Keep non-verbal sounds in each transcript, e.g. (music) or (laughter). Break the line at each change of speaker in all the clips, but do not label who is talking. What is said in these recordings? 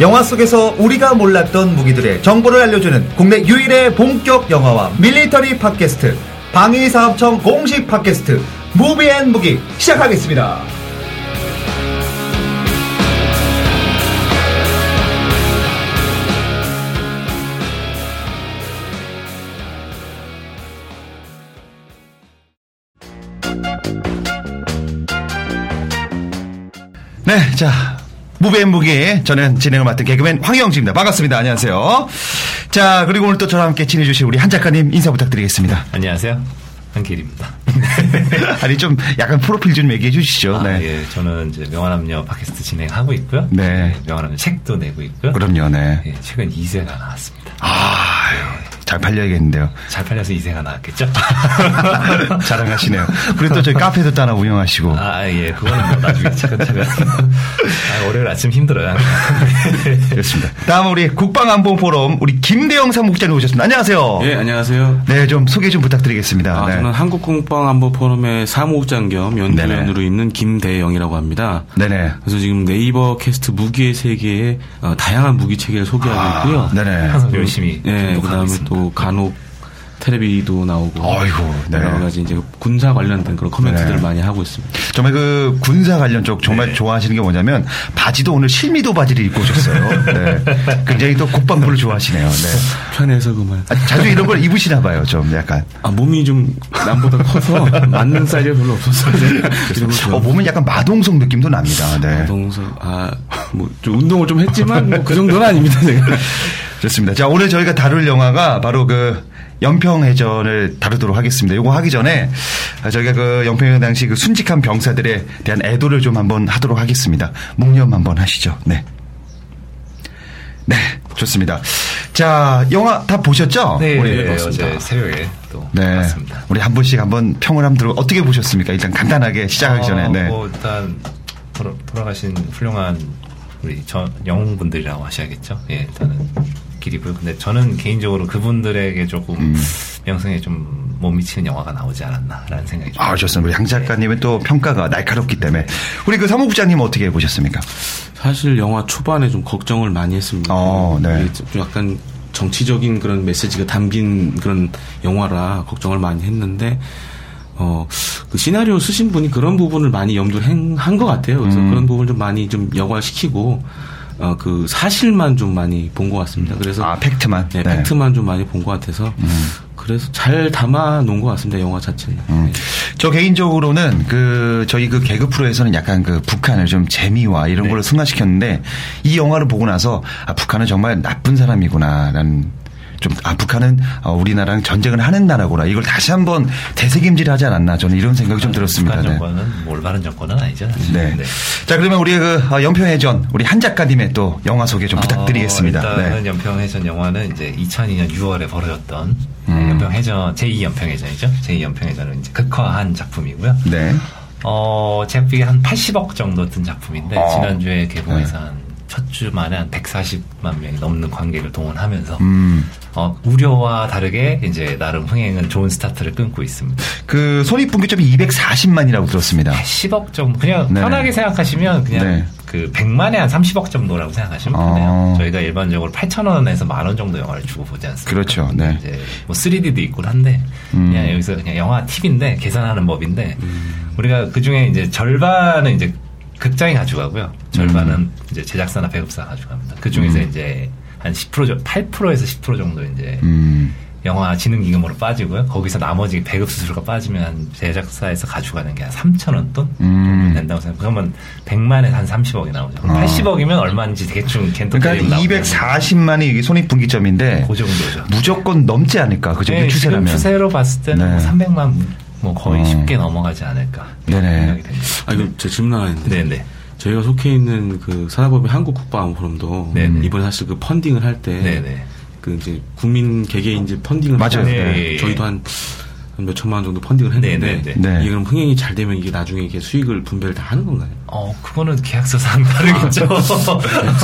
영화 속에서 우리가 몰랐던 무기들의 정보를 알려주는 국내 유일의 본격 영화와 밀리터리 팟캐스트 방위사업청 공식 팟캐스트 무비앤 무기 시작하겠습니다. 네, 자. 무배무기 저는 진행을 맡은 개그맨 황영진입니다. 반갑습니다. 안녕하세요. 자, 그리고 오늘 또 저와 함께 친해주실 우리 한 작가님 인사 (laughs) 부탁드리겠습니다.
안녕하세요. 한길입니다.
아니, 좀 약간 프로필 좀 얘기해 주시죠.
아,
네.
예, 저는 이제 명화남녀 팟캐스트 진행하고 있고요.
네.
명화남녀 책도 내고 있고요.
그럼요, 네.
예, 최근 2세가 나왔습니다.
아, 잘 팔려야겠는데요. (laughs)
잘 팔려서 2세가 나왔겠죠? (laughs)
자랑하시네요. 그리고 또 저희 카페도 또 하나 운영하시고.
아, 예, 그거는 뭐 나중에 차근차근. 아, 월요일 아침 힘들어요. (laughs)
그렇습니다. 다음 우리 국방안보포럼 우리 김대영 사무국장님 오셨습니다. 안녕하세요.
예, 안녕하세요.
네, 좀 소개 좀 부탁드리겠습니다.
아,
어. 네.
저는 한국공방안보포럼의 사무국장 겸 연구위원으로
네네.
있는 김대영이라고 합니다.
네네.
그래서 지금 네이버 캐스트 무기의 세계에 어, 다양한 무기 체계를 소개하고 아, 있고요.
아, 네네.
항상 열심히.
예,
등록하고
그다음에
있습니다.
또 간혹 텔레비도 나오고
아이고, 네.
여러 가지 이제 군사 관련된 그런 커멘트들을 많이 하고 있습니다.
정말 그 군사 관련 쪽 정말
네.
좋아하시는 게 뭐냐면 바지도 오늘 실미도 바지를 입고 오셨어요. 네. 굉장히 또 국방부를 좋아하시네요. 네.
편해서 그만.
아, 자주 이런 걸 입으시나 봐요. 좀 약간.
아, 몸이 좀 남보다
(laughs)
커서 맞는 사이즈가 별로 없어서 이런 걸
어,
좋아합니다.
보면 약간 마동석 느낌도 납니다. 네.
동서 아, 아뭐좀 운동을 좀 했지만 뭐 그 정도는 아닙니다 제가.
좋습니다. 자, 오늘 저희가 다룰 영화가 바로 그 연평해전을 다루도록 하겠습니다. 요거 하기 전에 저희가 그 연평해전 당시 그 순직한 병사들에 대한 애도를 좀 한번 하도록 하겠습니다. 묵념 한번 하시죠. 네. 네, 좋습니다. 자, 영화 다 보셨죠?
네,
우리
예,
그렇습니다.
어제 새벽에 또
네.
봤습니다.
우리 한 분씩 한번 평을 한번 들어 어떻게 보셨습니까? 일단 간단하게 시작하기 전에.
어,
네.
뭐 일단 돌아, 돌아가신 훌륭한 우리 저 영웅분들이라고 하셔야겠죠. 예, 일단은 길이고요. 근데 저는 개인적으로 그분들에게 조금
음.
명성에 좀 못 미치는 영화가 나오지 않았나라는 생각이 좀
아, 좋습니다. 우리 양 작가님의 또 평가가 날카롭기 때문에. 우리 그 사무국장님 어떻게 보셨습니까?
사실 영화 초반에 좀 걱정을 많이 했습니다.
어, 네.
이게 좀 약간 정치적인 그런 메시지가 담긴 그런 영화라 걱정을 많이 했는데 어, 그 시나리오 쓰신 분이 그런 부분을 많이 염두를 한 것 같아요. 그래서
음.
그런 부분을 좀 많이 좀 여과시키고 어, 그 사실만 좀 많이 본 것 같습니다. 그래서
아, 팩트만.
네,
네. 음.
팩트만 좀 많이 본 것 같아서 그래서 잘 담아 놓은 것 같습니다. 영화 자체는.
음.
네.
저 개인적으로는 그 저희 그 개그 프로에서는 약간 그 북한을 좀 재미와
네.
이런 걸로 승화시켰는데 이 영화를 보고 나서 아 북한은 정말 나쁜 사람이구나라는 좀 아 북한은 어, 우리나라랑 전쟁을 하는 나라구나 이걸 다시 한번 되새김질하지 않았나 저는 이런 생각이 좀 들었습니다.
북한
네.
정권은 뭐 올바른 정권은 아니죠. 사실.
네.
네.
자 그러면 우리 그 어, 연평해전 우리 한 작가님의 또 영화 소개 좀 부탁드리겠습니다.
어, 일단은
네.
연평해전 영화는 이제 2002년 6월에 벌어졌던
음.
연평해전 제2 연평해전이죠. 제2 연평해전은 이제 극화한 작품이고요.
네.
어, 제작비가 한 80억 정도 든 작품인데,
어. 네.
지난주에 개봉해서 한 첫 주만에 한 140만 명이 넘는 관객을 동원하면서,
음.
어, 우려와 다르게 이제 나름 흥행은 좋은 스타트를 끊고 있습니다.
그 손익분기점이 240만이라고 들었습니다.
10억 정도, 그냥
네네.
편하게 생각하시면 그냥
네.
그 100만에 한 30억 정도라고 생각하시면
어.
되네요. 저희가 일반적으로 8,000원에서 만 원 정도 영화를 주고 보지 않습니까?
그렇죠,
근데
네. 음.
이제 뭐 3D도 있고 한데, 그냥 여기서 그냥 영화 팁인데, 계산하는 법인데,
음.
우리가 그 중에 이제 절반은 이제 극장이 가져가고요. 절반은
음.
이제 제작사나 배급사가 가져갑니다. 그 중에서 이제 한 10% 정도, 8%에서 10% 정도 이제
음.
영화 진흥기금으로 빠지고요. 거기서 나머지 배급 수수료가 빠지면 제작사에서 가져가는 게 한 3천 원 돈?
음.
정도 된다고 생각. 그러면 100만에 한 30억이 나오죠. 그럼 80억이면 얼마인지 대충 캔토
아. 그러니까 240만이 이게 손익분기점인데
그 정도죠.
무조건 넘지 않을까 그죠
네,
이
지금
추세라면
추세로 봤을 때는
네.
뭐 300만 뭐 거의
어.
쉽게 넘어가지 않을까 이런
네네.
생각이 됩니다.
아 이거 제 질문 하나 있는데.
네네.
저희가 속해 있는 그 산업법인 한국국방안보포럼도
네네.
이번에 사실 그 펀딩을 할 때
네네.
그 이제 국민 개개인 이제 펀딩을
맞아요.
하잖아요.
네, 예, 예.
저희도 한 몇 천만 원 정도 펀딩을 했는데
네, 네,
네. 네.
이게 그럼 흥행이 잘 되면 이게 나중에 이게 수익을 분배를 다 하는 건가요?
어, 그거는 계약서상 다르겠죠.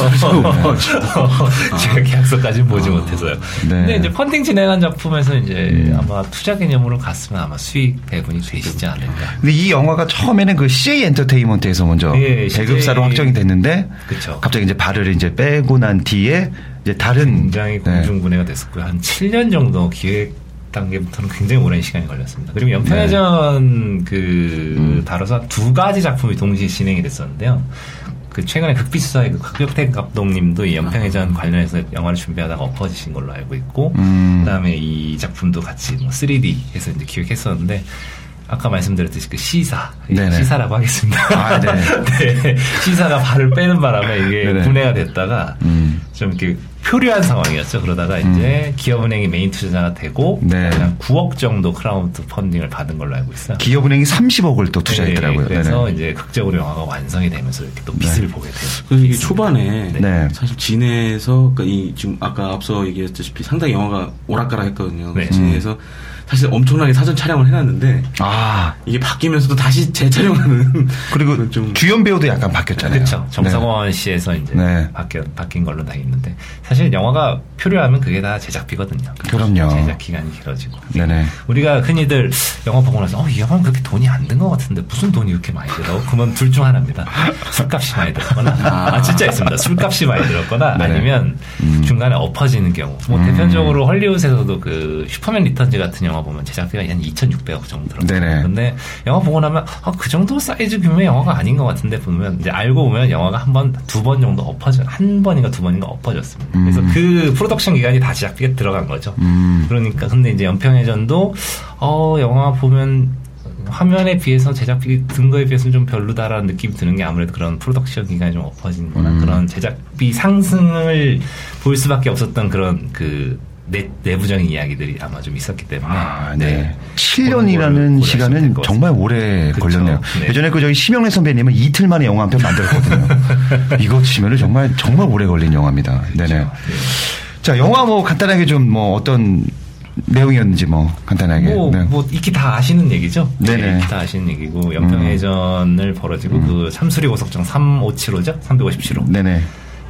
(laughs) 제가 계약서까지 보지 못해서요.
네.
근데 이제 펀딩 진행한 작품에서 이제 아마 투자 개념으로 갔으면 아마 수익 배분이 되시지 않을까.
근데 이 영화가 처음에는 그 CA 엔터테인먼트에서 먼저
예,
배급사로
CJ.
확정이 됐는데
그쵸.
갑자기 이제 발을 이제 빼고 난 뒤에 이제 다른
굉장히
네.
공중분해가 됐었고요. 한 7년 정도 기획 단계부터는 굉장히 오랜 시간이 걸렸습니다. 그리고
네.
연평해전 그
음.
다뤄서 두 가지 작품이 동시에 진행이 됐었는데요. 그 최근에 극비수사의 그 곽벽택 감독님도 이 연평해전 관련해서 영화를 준비하다가 엎어지신 걸로 알고 있고
아. 음.
그다음에 이 작품도 같이 뭐 3D 해서 이제 기획했었는데 아까 말씀드렸듯이 그 시사
네네.
시사라고 하겠습니다.
아, 네.
(laughs) 네. 시사가 발을 빼는 바람에 이게
네네.
분해가 됐다가
음.
좀 이렇게 표류한 상황이었죠. 그러다가 이제 기업은행이 메인 투자자가 되고
네.
한 9억 정도 크라우드 펀딩을 받은 걸로 알고 있어요.
기업은행이 30억을 또
네,
투자했더라고요.
그래서
네네.
이제 극적으로 영화가 완성이 되면서 이렇게 또 빛을 보게 돼요.
그래서 이게 초반에
네.
사실 진해에서 그러니까 이 지금 아까 앞서 얘기했다시피 상당히 영화가 오락가락했거든요.
네.
진해에서 사실 엄청나게 사전 촬영을 해놨는데
아
이게 바뀌면서도 다시 재촬영하는
그리고
그런 좀
주연 배우도 약간 바뀌었잖아요.
그렇죠. 정성원 씨에서 이제
네.
바뀌, 바뀐 걸로 다 있는데 사실 영화가 표류하면 그게 다 제작비거든요.
그럼요.
제작 기간이 길어지고.
네. 네네.
우리가 흔히들 영화 보고 나서 어, 이 영화는 그렇게 돈이 안 든 것 같은데 무슨 돈이 이렇게 많이 들어? 그러면 둘 중 하나입니다. 술값이 많이 들었거나 아, 진짜 있습니다. 술값이 많이 들었거나
네.
아니면 중간에 엎어지는 경우. 뭐
음.
대표적으로 헐리우드에서도 그 슈퍼맨 리턴즈 같은 영화 보면 제작비가 한 2,600억 정도 들어요.
네네.
근데 영화 보고 나면 아, 그 정도 사이즈 규모의 영화가 아닌 것 같은데 보면 이제 알고 보면 영화가 한 번, 두 번 정도 엎어져 한 번인가 두 번인가 엎어졌습니다. 그래서 그 프로덕션 기간이 다 제작비가 들어간 거죠.
음.
그러니까 근데 이제 연평해전도 어 영화 보면 화면에 비해서 제작비 든 거에 비해서는 좀 별로다라는 느낌이 드는 게 아무래도 그런 프로덕션 기간이 좀 엎어진 거나
음.
그런 제작비 상승을 볼 수밖에 없었던 그런 그 내, 내부적인 이야기들이 아마 좀 있었기 때문에
아, 네.
그런
7년이라는
거를 고려하시면
시간은
될것
정말 오래
그쵸.
걸렸네요.
네.
예전에 그 저희 심영래 선배님은 이틀 만에 영화 한 편
(laughs)
만들었거든요. 이거 치면은 정말 정말 오래 걸린 영화입니다. 네네. 자, 영화 뭐 간단하게 좀 뭐 어떤 내용이었는지 뭐 간단하게.
뭐,
네.
뭐, 익히 다 아시는 얘기죠?
네네. 음.
익히 다 아시는 얘기고, 연평해전을 벌어지고, 그, 삼수리 고속정 357호죠? 357호.
네네.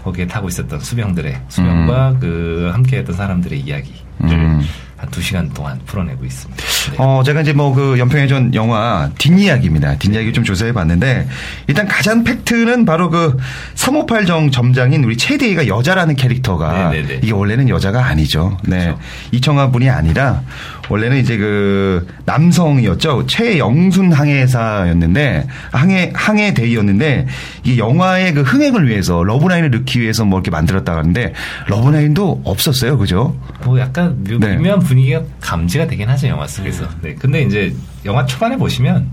거기에 타고 있었던 수병들의 수병과 그 함께했던 사람들의 이야기를
음.
한 두 시간 동안 풀어내고 있습니다. 네.
어, 제가 이제 뭐 그 연평해전 영화 뒷이야기입니다. 뒷이야기 좀 조사해 봤는데 일단 가장 팩트는 바로 그 358정 점장인 우리 최대희가 여자라는 캐릭터가
네, 네, 네.
이게 원래는 여자가 아니죠. 네.
그렇죠.
이청아 분이 아니라 원래는 이제 그 남성이었죠. 최영순 항해사였는데 항해 항해 대위였는데 이 영화의 그 흥행을 위해서 러브라인을 넣기 위해서 뭐 이렇게 만들었다 하는데 러브라인도 없었어요. 그죠?
뭐 약간 묘,
네. 음.
묘한 분위기가 감지가 되긴 하죠 영화 속에서. 네. 근데 이제 영화 초반에 보시면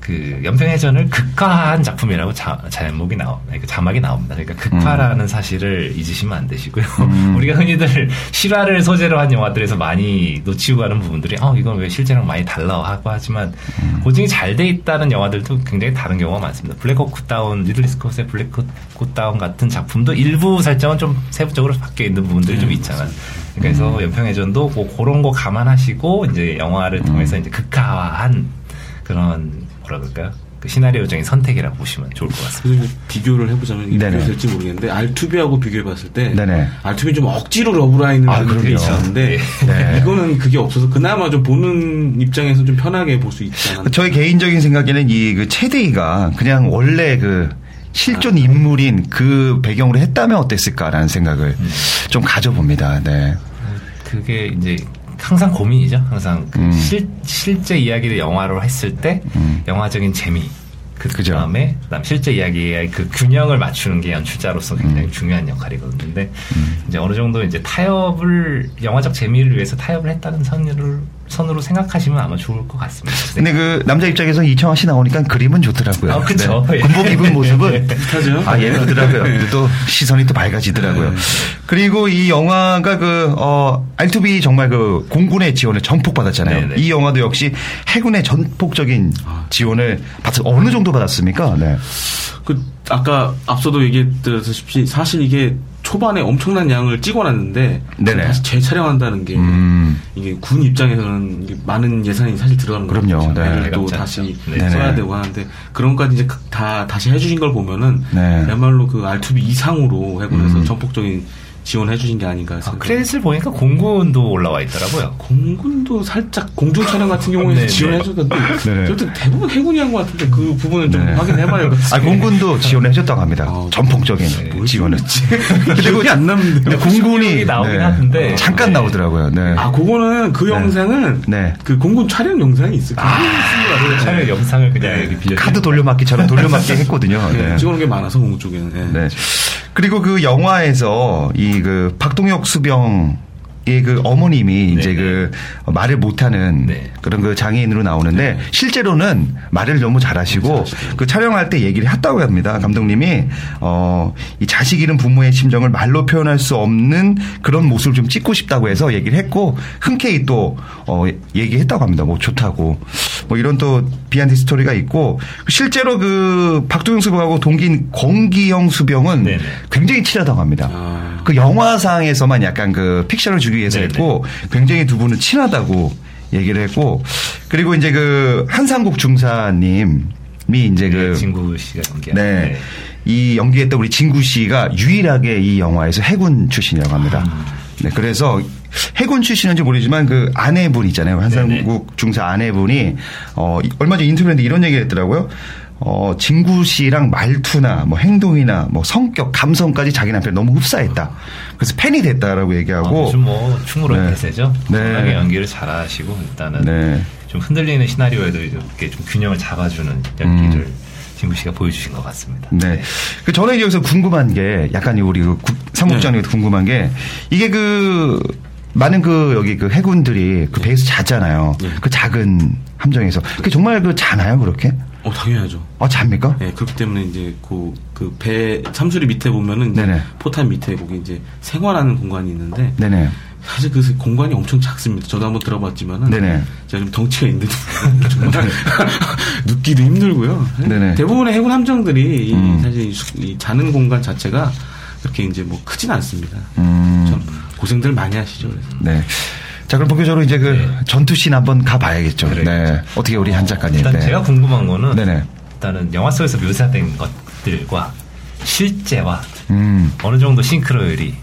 그 연평해전을 극화한 작품이라고 자, 제목이 나오, 그러니까 자막이 나옵니다. 그러니까 극화라는 사실을 잊으시면 안 되시고요. (laughs) 우리가 흔히들 실화를 소재로 한 영화들에서 많이 놓치고 가는 부분들이 어 이건 왜 실제랑 많이 달라 하고 하지만 고증이 잘 돼 있다는 영화들도 굉장히 다른 경우가 많습니다. 블랙호크 다운 리들리 스콧의 블랙호크 다운 같은 작품도 일부 설정은 좀 세부적으로 바뀌어 있는 부분들이 좀 있잖아요. 그래서 연평해전도 뭐 그런 거 감안하시고 이제 영화를 통해서 이제 극화한 그런 뭐라 그럴까요? 그 시나리오적인 선택이라고 보시면 좋을 것 같습니다.
그래서 이제 비교를 해보자면 이게
네네.
비교가 될지 모르겠는데 알투비하고 비교해봤을 때
네네.
알투비 좀 억지로 러브라인을
아,
만드는 게
그럼요.
있었는데 (laughs)
네.
이거는 그게 없어서 그나마 좀 보는 입장에서 좀 편하게 볼 수 있지 않았나.
저의 개인적인 생각에는 이 그 최대희가 그냥 원래 그 실존 인물인 그 배경으로 했다면 어땠을까라는 생각을 좀 가져봅니다. 네.
그게 이제 항상 고민이죠. 항상 그
음.
실, 실제 이야기를 영화로 했을 때 영화적인 재미 그
그죠.
다음에 그다음 실제 이야기의 그 균형을 맞추는 게
음.
연출자로서 굉장히 중요한 역할이거든요. 근데 이제 어느 정도 이제 타협을 영화적 재미를 위해서 타협을 했다는 선으로 선으로 생각하시면 아마 좋을 것 같습니다.
근데 그 남자 입장에서 이청아 씨 나오니까 그림은 좋더라고요. 네.
아, 그쵸. 예.
군복 입은 모습은
비슷하죠?
아, 예쁘더라고요. 근데 또 시선이 또 밝아지더라고요. 그리고 이 영화가 그, 어, R2B 정말 그 공군의 지원을 전폭받았잖아요.
네네.
이 영화도 역시 해군의 전폭적인 지원을 받, 어느 정도 받았습니까? 네.
그 아까 앞서도 얘기했듯이 사실 이게 초반에 엄청난 양을 찍어놨는데
네네.
다시 재촬영한다는 게
음.
이게 군 입장에서는 이게 많은 예산이 사실 들어가는 거죠.
그럼요. 네.
애를 또
어렵지
다시
않죠. 네.
써야
네네.
되고 하는데 그런 것까지 이제 그- 다 다시 해주신 걸 보면은
네.
그야말로 그 R2B 이상으로 해군에서
음.
전폭적인 지원해 주신 게
아,
아닌가 해서
크레딧을 보니까 공군도 올라와 있더라고요.
공군도 살짝 공중 촬영 (laughs) 같은 경우에
네,
지원해 줬는데
(laughs) 네.
여튼 대부분 해군이 한 것 같은데 그 부분은 좀
네.
확인해봐야
아, 공군도 지원을 해줬다고 합니다.
아,
전폭적인
뭘
(laughs) 지원을.
기억이 안 남는데
근데 공군이
기억이 나오긴
네.
하는데.
잠깐
네.
나오더라고요. 네.
아 그거는 그 영상은
네. 아.
그 공군 촬영 영상이 있어 요
아. 촬영 영상을
네.
그냥
네.
이렇게 빌려.
카드 돌려막기처럼
(laughs)
돌려막기 했거든요. 네.
찍어놓은 게 많아서 공군 쪽에는 예.
네. 그리고 그 영화에서 이 그 박동혁 수병 의그 어머님이 이제
네네.
그 말을 못하는
네.
그런 그 장애인으로 나오는데 실제로는 말을 너무 잘하시고 그 촬영할 때 얘기를 했다고 합니다 감독님이 어이 자식 잃은 부모의 심정을 말로 표현할 수 없는 그런 모습을 좀 찍고 싶다고 해서 얘기를 했고 흔쾌히 또어 얘기했다고 합니다 뭐 좋다고 뭐 이런 또 비하인드 스토리가 있고 실제로 그 박동영 수병하고 동기인 공기영 수병은
네네.
굉장히 친하다고 합니다.
아.
그 영화상에서만 약간 그 픽션을 주기 위해서
네네.
했고 굉장히 두 분은 친하다고 얘기를 했고 그리고 이제 그 한상국 중사님이 이제
네,
그
진구 씨가 연기한.
네. 이 연기했던 우리 진구 씨가 유일하게 이 영화에서 해군 출신이라고 합니다.
아.
네, 그래서 해군 출신인지 모르지만 그 아내분 있잖아요. 한상국 중사 아내분이 어, 이- 얼마 전 인터뷰했는데 이런 얘기를 했더라고요. 어, 진구 씨랑 말투나 뭐 행동이나 뭐 성격, 감성까지 자기 남편이 너무 흡사했다. 그래서 팬이 됐다라고
아,
얘기하고
요즘 뭐 충무로
네.
대세죠.
네.
워낙에 연기를 잘하시고 일단은
네.
좀 흔들리는 시나리오에도 이렇게 좀 균형을 잡아주는 연기를 진구 씨가 보여주신 것 같습니다.
음. 네. 그 저는 여기서 궁금한 게 약간 이 우리 그 국- 사무국장님도 궁금한 게 이게 그 많은 그 여기 그 해군들이 그 배에서 자잖아요. 그 작은 함정에서 그게 정말 그 자나요 그렇게?
어 당연하죠
아 잡니까?
예, 그렇기 때문에 이제 그배 참수리 밑에 보면은 이제
네네.
포탄 밑에 거기 이제 생활하는 공간이 있는데
네네.
사실 그 공간이 엄청 작습니다. 저도 한번 들어봤지만은
네네.
제가 좀 덩치가 있는데 (laughs)
(laughs)
정말 눕기도 힘들고요. 예,
네네.
대부분의 해군 함정들이 이
음.
사실 이 숙- 이 자는 공간 자체가 그렇게 이제 뭐 크진 않습니다.
음.
참 고생들 많이 하시죠. 그래서.
네. 자 그럼 본격적으로 이제 그 전투씬 한번 가봐야겠죠. 네. 어떻게 우리 한 작가님?
일단
네.
제가 궁금한 거는
네네.
일단은 영화 속에서 묘사된 것들과 실제와
음.
어느 정도 싱크로율이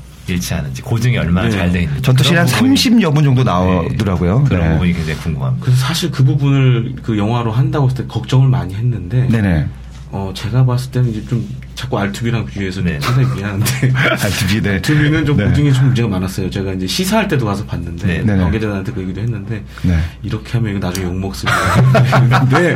일치하는지 고증이 얼마나
네.
잘 돼 있는지 네.
전투씬 한 30여 분 정도 나오더라고요.
뭐 그런
네.
뭐 부분이 굉장히 궁금합니다.
그래서 사실 그 부분을 그 영화로 한다고 했을 때 걱정을 많이 했는데
네네. (laughs)
어 제가 봤을 때는 이제 좀 자꾸 알투비랑 비교해서
네.
상당히
(laughs)
미안한데
알투비 네.
(laughs) 알투비는 좀
네.
고증이 좀 문제가 많았어요. 제가 이제 시사할 때도 가서 봤는데
네.
네네.
관계자들한테 그 얘기도 했는데
네.
이렇게 하면 이거 나중에
(laughs)
욕먹습니다. 근데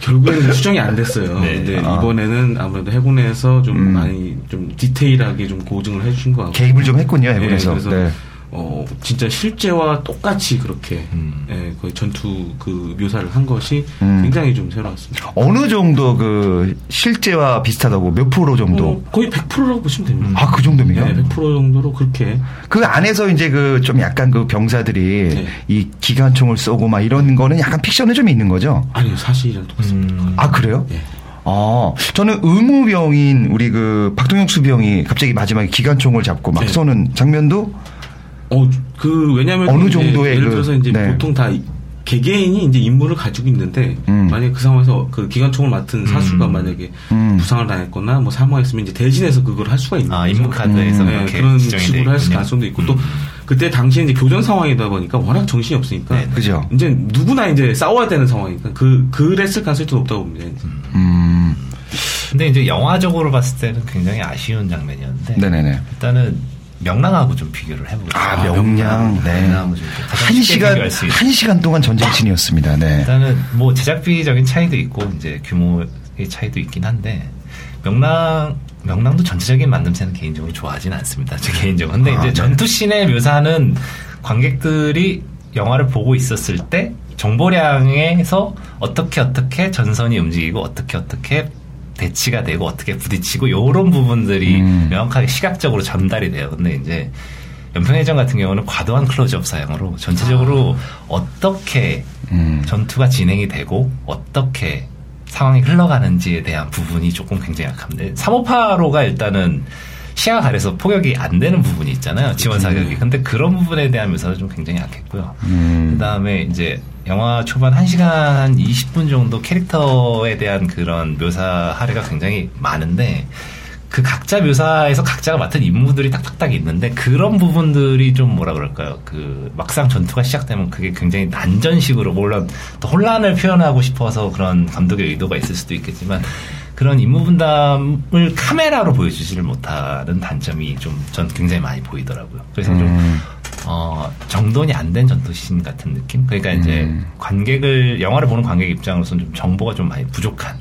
결국에는 수정이 안 됐어요.
네.
근데
아.
이번에는 아무래도 해군에서 좀
음.
많이 좀 디테일하게 좀 고증을 해주신 것 같고
네. 개입을 좀 했군요 해군에서.
예, 그래서
네.
어, 진짜 실제와 똑같이 그렇게
음.
예, 거의 전투 그 묘사를 한 것이
음.
굉장히 좀 새로웠습니다.
어느 정도 그 실제와 비슷하다고 몇 프로 정도?
어, 거의 100%라고 보시면 됩니다.
음. 아, 그 정도면요?
네, 100% 정도로 그렇게
그 안에서 이제 그 좀 약간 그 병사들이
네.
이 기관총을 쏘고 막 이런 거는 약간 픽션에 좀 있는 거죠?
아니요 사실이랑 똑같습니다.
음,
아, 그래요?
예.
아, 저는 의무병인 우리 그 박동혁 수병이 갑자기 마지막에 기관총을 잡고 막
네.
쏘는 장면도
어, 그 왜냐하면
어느
이제
정도의
예를
그-
들어서 이제
네.
보통 다 이- 개개인이 이제 임무를 가지고 있는데
음.
만약 그 상황에서 그 기관총을 맡은 사수가 만약에
음.
부상을 당했거나 뭐 사망했으면 이제 대신해서 그걸 할 수가 있는
아
거죠.
임무 카드에서
음.
네,
그렇게
그런
지정이 돼
식으로 할
있군요.
가능성도 있고 또
음.
그때 당시에 이제 교전 상황이다 보니까 워낙 정신이 없으니까
네.
그죠?
이제 누구나 이제 싸워야 되는 상황이니까 그 그랬을 가능성이 더 높다고 봅니다. 이제.
음.
근데 이제 영화적으로 봤을 때는 굉장히 아쉬운 장면이었는데
네, 네, 네.
일단은 명랑하고 좀 비교를 해보겠습니다.
아, 명량. 네.
명랑하고 뭐 좀 가장
한
쉽게 아.
시간
비교할 수 있는.
한 시간 동안 전쟁신이었습니다. 네.
일단은 뭐 제작비적인 차이도 있고 이제 규모의 차이도 있긴 한데 명랑 명랑도 전체적인 만듦새는 개인적으로 좋아하진 않습니다. 제 개인적으로. 근데
아,
이제
네.
전투 씬의 묘사는 관객들이 영화를 보고 있었을 때 정보량에서 어떻게 어떻게 전선이 움직이고 어떻게 어떻게 대치가 되고 어떻게 부딪히고 요런 부분들이
음.
명확하게 시각적으로 전달이 돼요. 근데 이제 연평해전 같은 경우는 과도한 클로즈업 사용으로 전체적으로
아.
어떻게
음.
전투가 진행이 되고 어떻게 상황이 흘러가는지에 대한 부분이 조금 굉장히 약합니다. 358호가 일단은 시야 가려서 포격이 안 되는 부분이 있잖아요. 지원 사격이. 근데 그런 부분에 대한 묘사도 좀 굉장히 약했고요.
음.
그다음에 이제 영화 초반 1시간 20분 정도 캐릭터에 대한 그런 묘사 할애가 굉장히 많은데 그 각자 묘사에서 각자가 맡은 임무들이 딱딱딱 있는데 그런 부분들이 좀 뭐라 그럴까요? 그 막상 전투가 시작되면 그게 굉장히 난전식으로 물론 더 혼란을 표현하고 싶어서 그런 감독의 의도가 있을 수도 있겠지만 그런 임무 분담을 카메라로 보여주지를 못하는 단점이 좀 전 굉장히 많이 보이더라고요. 그래서 좀 어, 정돈이 안 된 전투신 같은 느낌? 그러니까 이제 관객을 영화를 보는 관객 입장으로서는 좀 정보가 좀 많이 부족한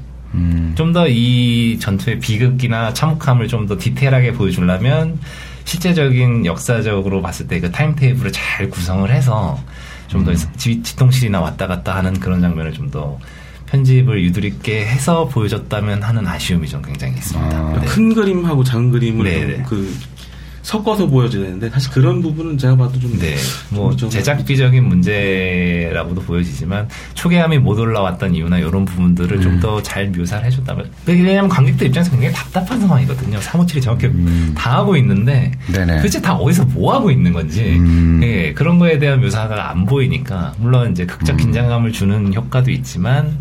좀 더 이 전투의 비극이나 참혹함을 좀 더 디테일하게 보여주려면 실제적인 역사적으로 봤을 때 그 타임 테이블을 잘 구성을 해서 좀 더 지통실이나 왔다 갔다 하는 그런 장면을 좀 더 편집을 유두리 있게 해서 보여줬다면 하는 아쉬움이 좀 굉장히 있습니다.
아.
네.
큰 그림하고 작은 그림을
네네.
좀그 섞어서 보여줘야 되는데 사실 그런 부분은 제가 봐도 좀
네, 뭐
좀-
제작비적인 문제라고도 보여지지만 초계함이 못 올라왔던 이유나 이런 부분들을
음.
좀 더 잘 묘사를 해줬다면 왜냐하면 관객들 입장에서 굉장히 답답한 상황이거든요. 357이 정확히 다 하고 있는데
음. 네네.
도대체 다 어디서 뭐 하고 있는 건지
음.
예, 그런 거에 대한 묘사가 안 보이니까 물론 이제
음.
극적 긴장감을 주는 효과도 있지만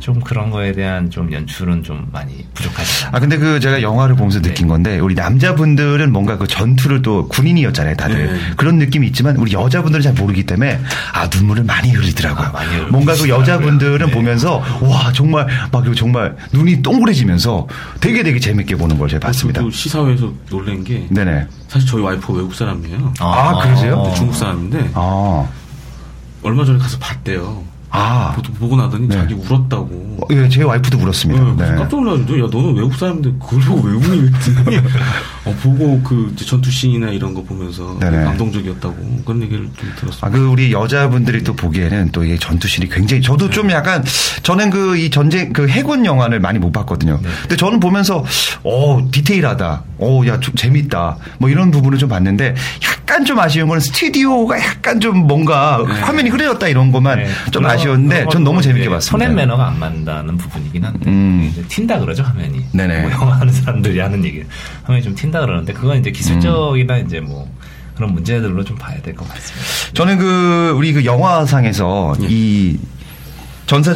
좀 그런 거에 대한 좀 연출은 좀 많이 부족하다.
아 근데 그 제가 영화를 보면서
네.
느낀 건데 우리 남자분들은 뭔가 그 전투를 또 군인이었잖아요 다들
네.
그런 느낌이 있지만 우리 여자분들은 잘 모르기 때문에 아 눈물을 많이 흘리더라고요.
아, 많이 흘리시더라고요.
뭔가 그 여자분들은
네.
보면서 와 정말 막 이거 정말 눈이 동그래지면서 되게 되게 재밌게 보는 걸 제가 봤습니다.
저도 시사회에서 놀란 게
네네.
사실 저희 와이프 가 외국 사람이에요.
아, 그러세요?
어.
근데 중국 사람인데
아,
얼마 전에 가서 봤대요.
아,
보통 보고 나더니
네.
자기 울었다고.
어, 예, 제 와이프도 울었습니다.
네,
그러니까
네.
깜짝 놀라죠. 야, 너는 외국 사람인데 그걸 보고 외국인이
(laughs)
했더니 어, 보고 그 이제 전투 씬이나 이런 거 보면서
네네.
감동적이었다고 그런 얘기를 좀 들었어요.
아, 그, 우리 여자분들이 또 보기에는 또 이게 전투신이 굉장히, 저도 좀
네.
약간, 저는 그 이 전쟁, 그 해군 영화를 많이 못 봤거든요.
네.
근데 저는 보면서, 어, 디테일하다. 어, 야, 좀 재밌다. 뭐 이런 부분을 좀 봤는데, 약간 좀 아쉬운 건 스튜디오가 약간 좀 뭔가 화면이 흐려졌다 이런 것만
네,
좀
그런-
아쉬웠는데,
그런
전 너무
거는
재밌게
이제
봤습니다.
손앤 매너가 안 맞는다는 부분이긴 한데
음.
이제 튄다 그러죠 화면이.
네네.
뭐 영화 하는 사람들이 하는 얘기 화면이 좀 튄다 그러는데 그건 이제 기술적이나
음.
이제 뭐 그런 문제들로 좀 봐야 될 것 같습니다.
저는 그 우리 그 영화상에서 이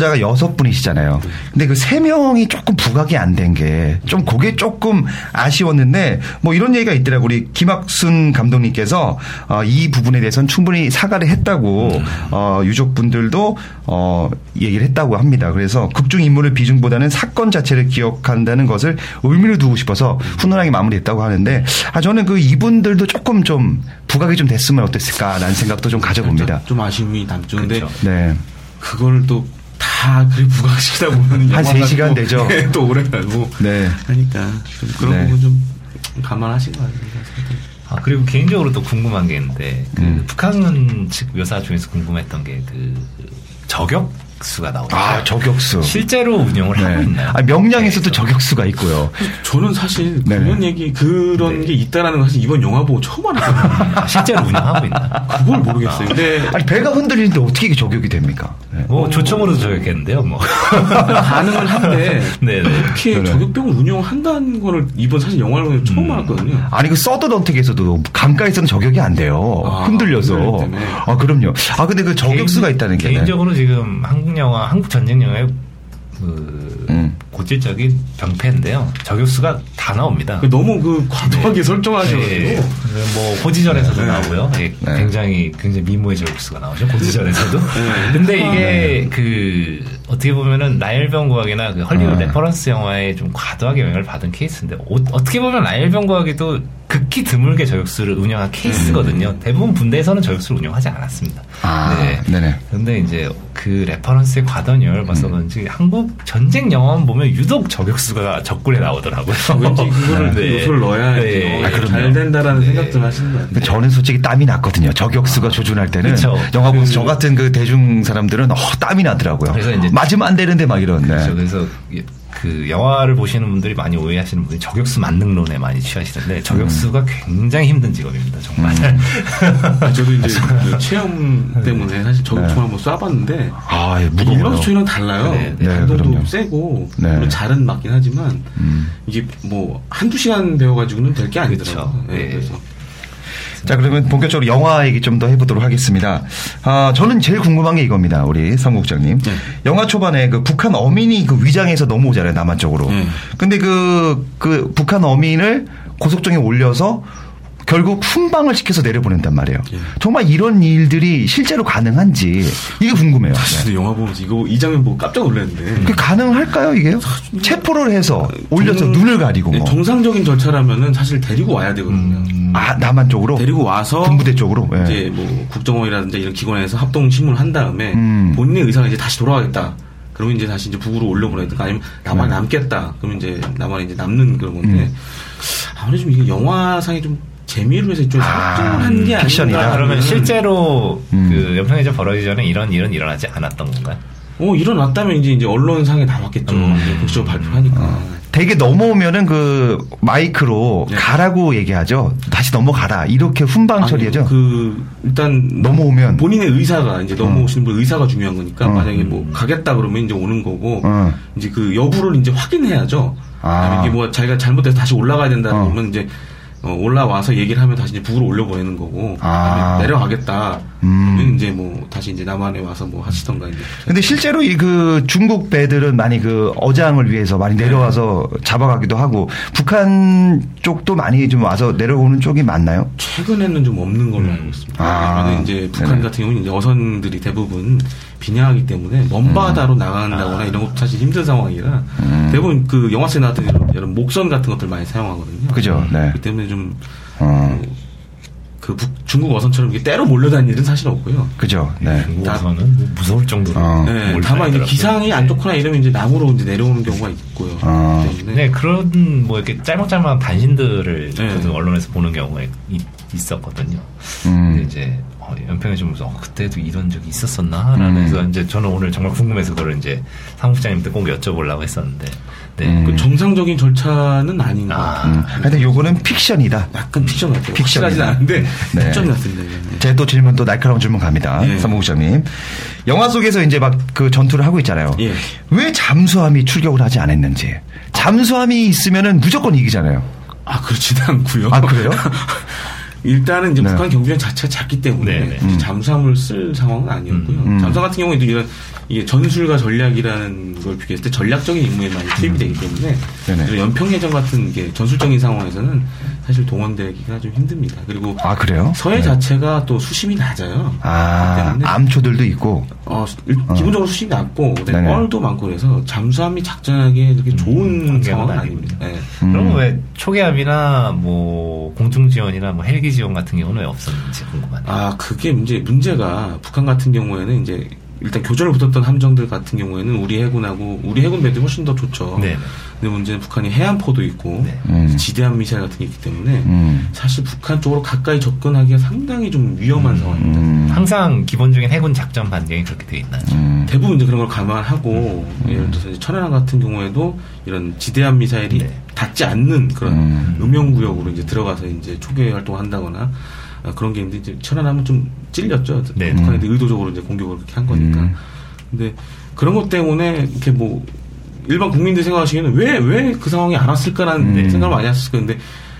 전사자가 여섯 분이시잖아요. 근데 그 세 명이 조금 부각이 안 된 게 좀 그게 조금 아쉬웠는데 뭐 이런 얘기가 있더라고요. 우리 김학순 감독님께서 어, 이 부분에 대해서는 충분히 사과를 했다고
음.
어, 유족분들도 어, 얘기를 했다고 합니다. 그래서 극중 인물의 비중보다는 사건 자체를 기억한다는 것을 의미를 두고 싶어서 훈훈하게 마무리했다고 하는데 아, 저는 그 이분들도 조금 좀 부각이 좀 됐으면 어땠을까라는 생각도 좀 가져봅니다.
좀, 좀 아쉬움이 남죠. 근데
그렇죠.
네.
그걸 또 다 그리 부각시키다 보면
한 세 시간 되죠.
(laughs) 또 오래 가고
네.
그러니까 좀 그런
네.
부분 좀 감안하신 거 아닌가 생각해요.
아 그리고 개인적으로 또 궁금한 게 있는데 그
음.
북한군 측 묘사 중에서 궁금했던 게 그 저격 수가 나오죠.
아 저격수.
실제로 운영을 하고
네.
있나요?
아, 명량에서도 저격수가 있고요.
저는 사실
네네.
그런 얘기 그런
네.
게 있다라는 거 사실 이번 영화 보고 처음 알았거든요.
아, 실제로 운영하고 있나?
그걸 모르겠어요. 근데
아니 배가 흔들리는데 어떻게 이게 저격이 됩니까? 네.
뭐 조청으로도
(laughs)
저격했는데요, 뭐.
가능은 한데
네네.
이렇게
네네.
저격병을 운영한다는 거를 이번 사실 영화를 보면서 처음 알았거든요.
아니 그 서든 어택에서도 강가에서는 저격이 안 돼요.
아,
흔들려서.
흔들림 때문에.
아 그럼요. 아 근데 그 저격수가
네, 개인-
있다는 게.
개인적으로 지금 한국 영화, 한국 전쟁 영화의 그
음.
고질적인 병폐인데요. 저격수가 다 나옵니다.
그 너무 그 과도하게
네.
설정하셔가지고
예, 예. 그뭐 고지전에서도 나오고요. 예,
네.
굉장히 굉장히 미모의 저격수가 나오죠. 고지전에서도.
네.
(laughs) 근데
아,
이게 그 어떻게 보면은 라일병 구하기나 그 헐리우드
네.
레퍼런스 영화에 좀 과도하게 영향을 받은 케이스인데 어, 떻게 보면 라일병 구하기도 극히 드물게 저격수를 운영한 케이스거든요. 대부분 군대에서는 저격수를 운영하지 않았습니다.
음. 아, 네네. 음.
근데 이제 그 레퍼런스에 과도한 영향을 받아서 그런지 한국 전쟁 영화만 보면 유독 저격수가 적군에 나오더라고요.
왠지
어,
그거를 요소를 넣어야 이제
네.
영화가
아, 네. 그럼요.
잘 된다라는 생각 좀 하시는 것
근데
같아요.
그 저는 솔직히 땀이 났거든요. 저격수가 조준할 때는
아, 그쵸.
영화 보면서 저 같은 그 대중 사람들은 어, 땀이 나더라고요.
그래서 이제-
맞으면 안 되는데 막 이런. 네.
그렇죠. 그래서 이- 그 영화를 보시는 분들이 많이 오해하시는 분이 저격수 만능론에 많이 취하시는데
음.
저격수가 굉장히 힘든 직업입니다 정말 (laughs)
아, 저도 이제 그 체험 때문에 사실 저격총을 한번 쏴봤는데
아, 예, 네. 무거워요.
일반 수총이랑 달라요.
네,
네,
감동도
그럼요.
세고
네.
물론 잘은 맞긴 하지만
음.
이게 뭐 한두 시간 배워가지고는 될 게 아니더라고요. 네,
그쵸. 예.
그래서
네. 자, 그러면 본격적으로 영화 얘기 좀 더 해보도록 하겠습니다. 아, 저는 제일 궁금한 게 이겁니다. 우리 성국장님.
네.
영화 초반에 그 북한 어민이 그 위장해서 넘어오잖아요. 남한 쪽으로.
네.
근데 그, 그 북한 어민을 고속정에 올려서 결국 훈방을 시켜서 내려보낸단 말이에요.
네.
정말 이런 일들이 실제로 가능한지 이게 궁금해요.
저도 영화 보면서 이거 이 장면 보고 깜짝 놀랐는데
그게 가능할까요, 이게? 체포를 해서 올려서
정-
눈을 가리고
네,
뭐.
정상적인 절차라면은 사실 데리고 와야 되거든요.
아, 남한 쪽으로?
데리고 와서
군부대 쪽으로? 예.
이제 뭐 국정원이라든지 이런 기관에서 합동 심문을 한 다음에
음.
본인의 의사가 이제 다시 돌아가겠다. 그러면 이제 다시 이제 북으로 올려보내든가 아니면
네.
남한 남겠다. 그러면 이제 남한에 이제 남는 그런 건데
음.
아무래도 좀 이게 영화상에 좀 재미로 해서 좀
아,
설정한 게
픽션이다.
아닌가.
음. 그러면
하는.
실제로
음.
그 연평해전 벌어지기 전에 이런 일은 일어나지 않았던 건가요?
어 일어났다면 이제 이제 언론상에 나왔겠죠.
음.
이제 공식적으로 발표하니까.
되게 넘어오면은 그 마이크로
네.
가라고 얘기하죠. 다시 넘어가라. 이렇게 훈방
아니,
처리하죠.
그 일단
넘어오면.
본인의 의사가 이제 넘어오시는 분 의사가 중요한 거니까
어.
만약에 뭐 가겠다 그러면 이제 오는 거고
어.
이제 그 여부를 이제 확인해야죠.
아.
그다음에 이게 뭐 자기가 잘못돼서 다시 올라가야 된다
어.
그러면 이제 어, 올라와서 얘기를 하면 다시 이제 북으로 올려보내는 거고
아.
그다음에 내려가겠다.
음.
그러면 이제 뭐 다시 이제 남한에 와서 뭐 하시던가 이제
근데 실제로 이 그 중국 배들은 많이 그 어장을 위해서 많이
네.
내려와서 잡아가기도 하고 북한 쪽도 많이 좀 와서 내려오는 쪽이 많나요?
최근에는 좀 없는 걸로 알고 있습니다.
아.
왜냐면 이제 북한
네네.
같은 경우는 이제 여선들이 대부분 빈양하기 때문에 먼바다로 나간다거나 이런 것도 사실 힘든 상황이라 대부분 그 영화에 나왔던 이런- 이런 목선 같은 것들 많이 사용하거든요.
그죠, 네.
음, 그렇기 때문에 좀 그
어,
중국 어선처럼 이렇게 때로 몰려다니는 일은 사실 없고요.
그죠. 네.
중국에서는 뭐 무서울 정도로
어.
네,
몰려다니더라고요.
다만 이제 기상이 안 좋거나 이러면 이제 나무로 이제 내려오는 경우가 있고요.
아.
그렇기 때문에
네, 그런 뭐 이렇게 짤막짤막한 단신들을
네.
저도 언론에서 보는 경우가 있, 었거든요
그
음.
근데 이제 어, 연평해 주면서 어, 그때도 이런 적이 있었었나?
음.
라면서 이제 저는 오늘 정말 궁금해서 그걸 이제 사무국장님한테 꼭 여쭤보려고 했었는데, 네,
음.
그 정상적인 절차는 아닌 것
아.
같아요.
음. 하여튼 요거는 픽션이다.
약간 픽션 같아요.
픽션이다.
확실하진 않은데
네.
픽션 같습니다. 이거는.
제 또 질문 또 날카로운 질문 갑니다.
예.
사무국장님. 영화 속에서 이제 막 그 전투를 하고 있잖아요.
예.
왜 잠수함이 출격을 하지 않았는지. 잠수함이 있으면은 무조건 이기잖아요.
아 그렇지도 않고요.
아, 그래요?
(laughs) 일단은 이제
네.
북한 경비원 자체가 작기 때문에
네, 네.
이제 잠수함을 쓸 상황은 아니었고요.
음.
잠수함 같은 경우에도 이런 이게 전술과 전략이라는 걸 비교했을 때 전략적인 임무에 많이 투입이 되기 때문에
음. 네네.
이런 연평해전 같은 게 전술적인 상황에서는 사실 동원되기가 좀 힘듭니다. 그리고
아, 그래요?
서해
네.
자체가 또 수심이 낮아요. 그렇기
아,
때문에
암초들도 있고.
어, 수- 일- 기본적으로 수심이 낮고 그다음에
네네. 음,
뻘도 많고 그래서 잠수함이 작전하기에 그렇게 좋은
관계는
상황은
아닙니다.
아닙니다. 예.
그럼 왜 초계함이나 뭐 공중 지원이나 뭐 헬기 지원 같은 경우는 왜 없었는지 궁금하네요.
아, 그게 문제, 문제가 북한 같은 경우에는 이제 일단 교전을 붙었던 함정들 같은 경우에는 우리 해군하고 우리 해군 배들이 훨씬 더 좋죠.
네.
근데 문제는 북한이 해안포도 있고
네.
음.
지대함 미사일 같은 게 있기 때문에
음.
사실 북한 쪽으로 가까이 접근하기가 상당히 좀 위험한 상황입니다.
음.
항상 기본적인 해군 작전 반경이 그렇게 돼 있나요?
음.
대부분 이제 그런 걸 감안하고
음.
예를 들어서 이제 천안함 같은 경우에도 이런 지대함 미사일이
네.
닿지 않는 그런
음.
음영 구역으로 이제 들어가서 이제 초계 활동한다거나 아, 그런 게 있는데 이제 천안함은 좀 찔렸죠.
네.
북한이 의도적으로 이제 공격을 그렇게 한 거니까.
음.
근데 그런 것 때문에 이렇게 뭐 일반 국민들이 생각하시기에는 왜 왜 그 상황이 안 왔을까라는
음.
생각을 많이 하셨을 건데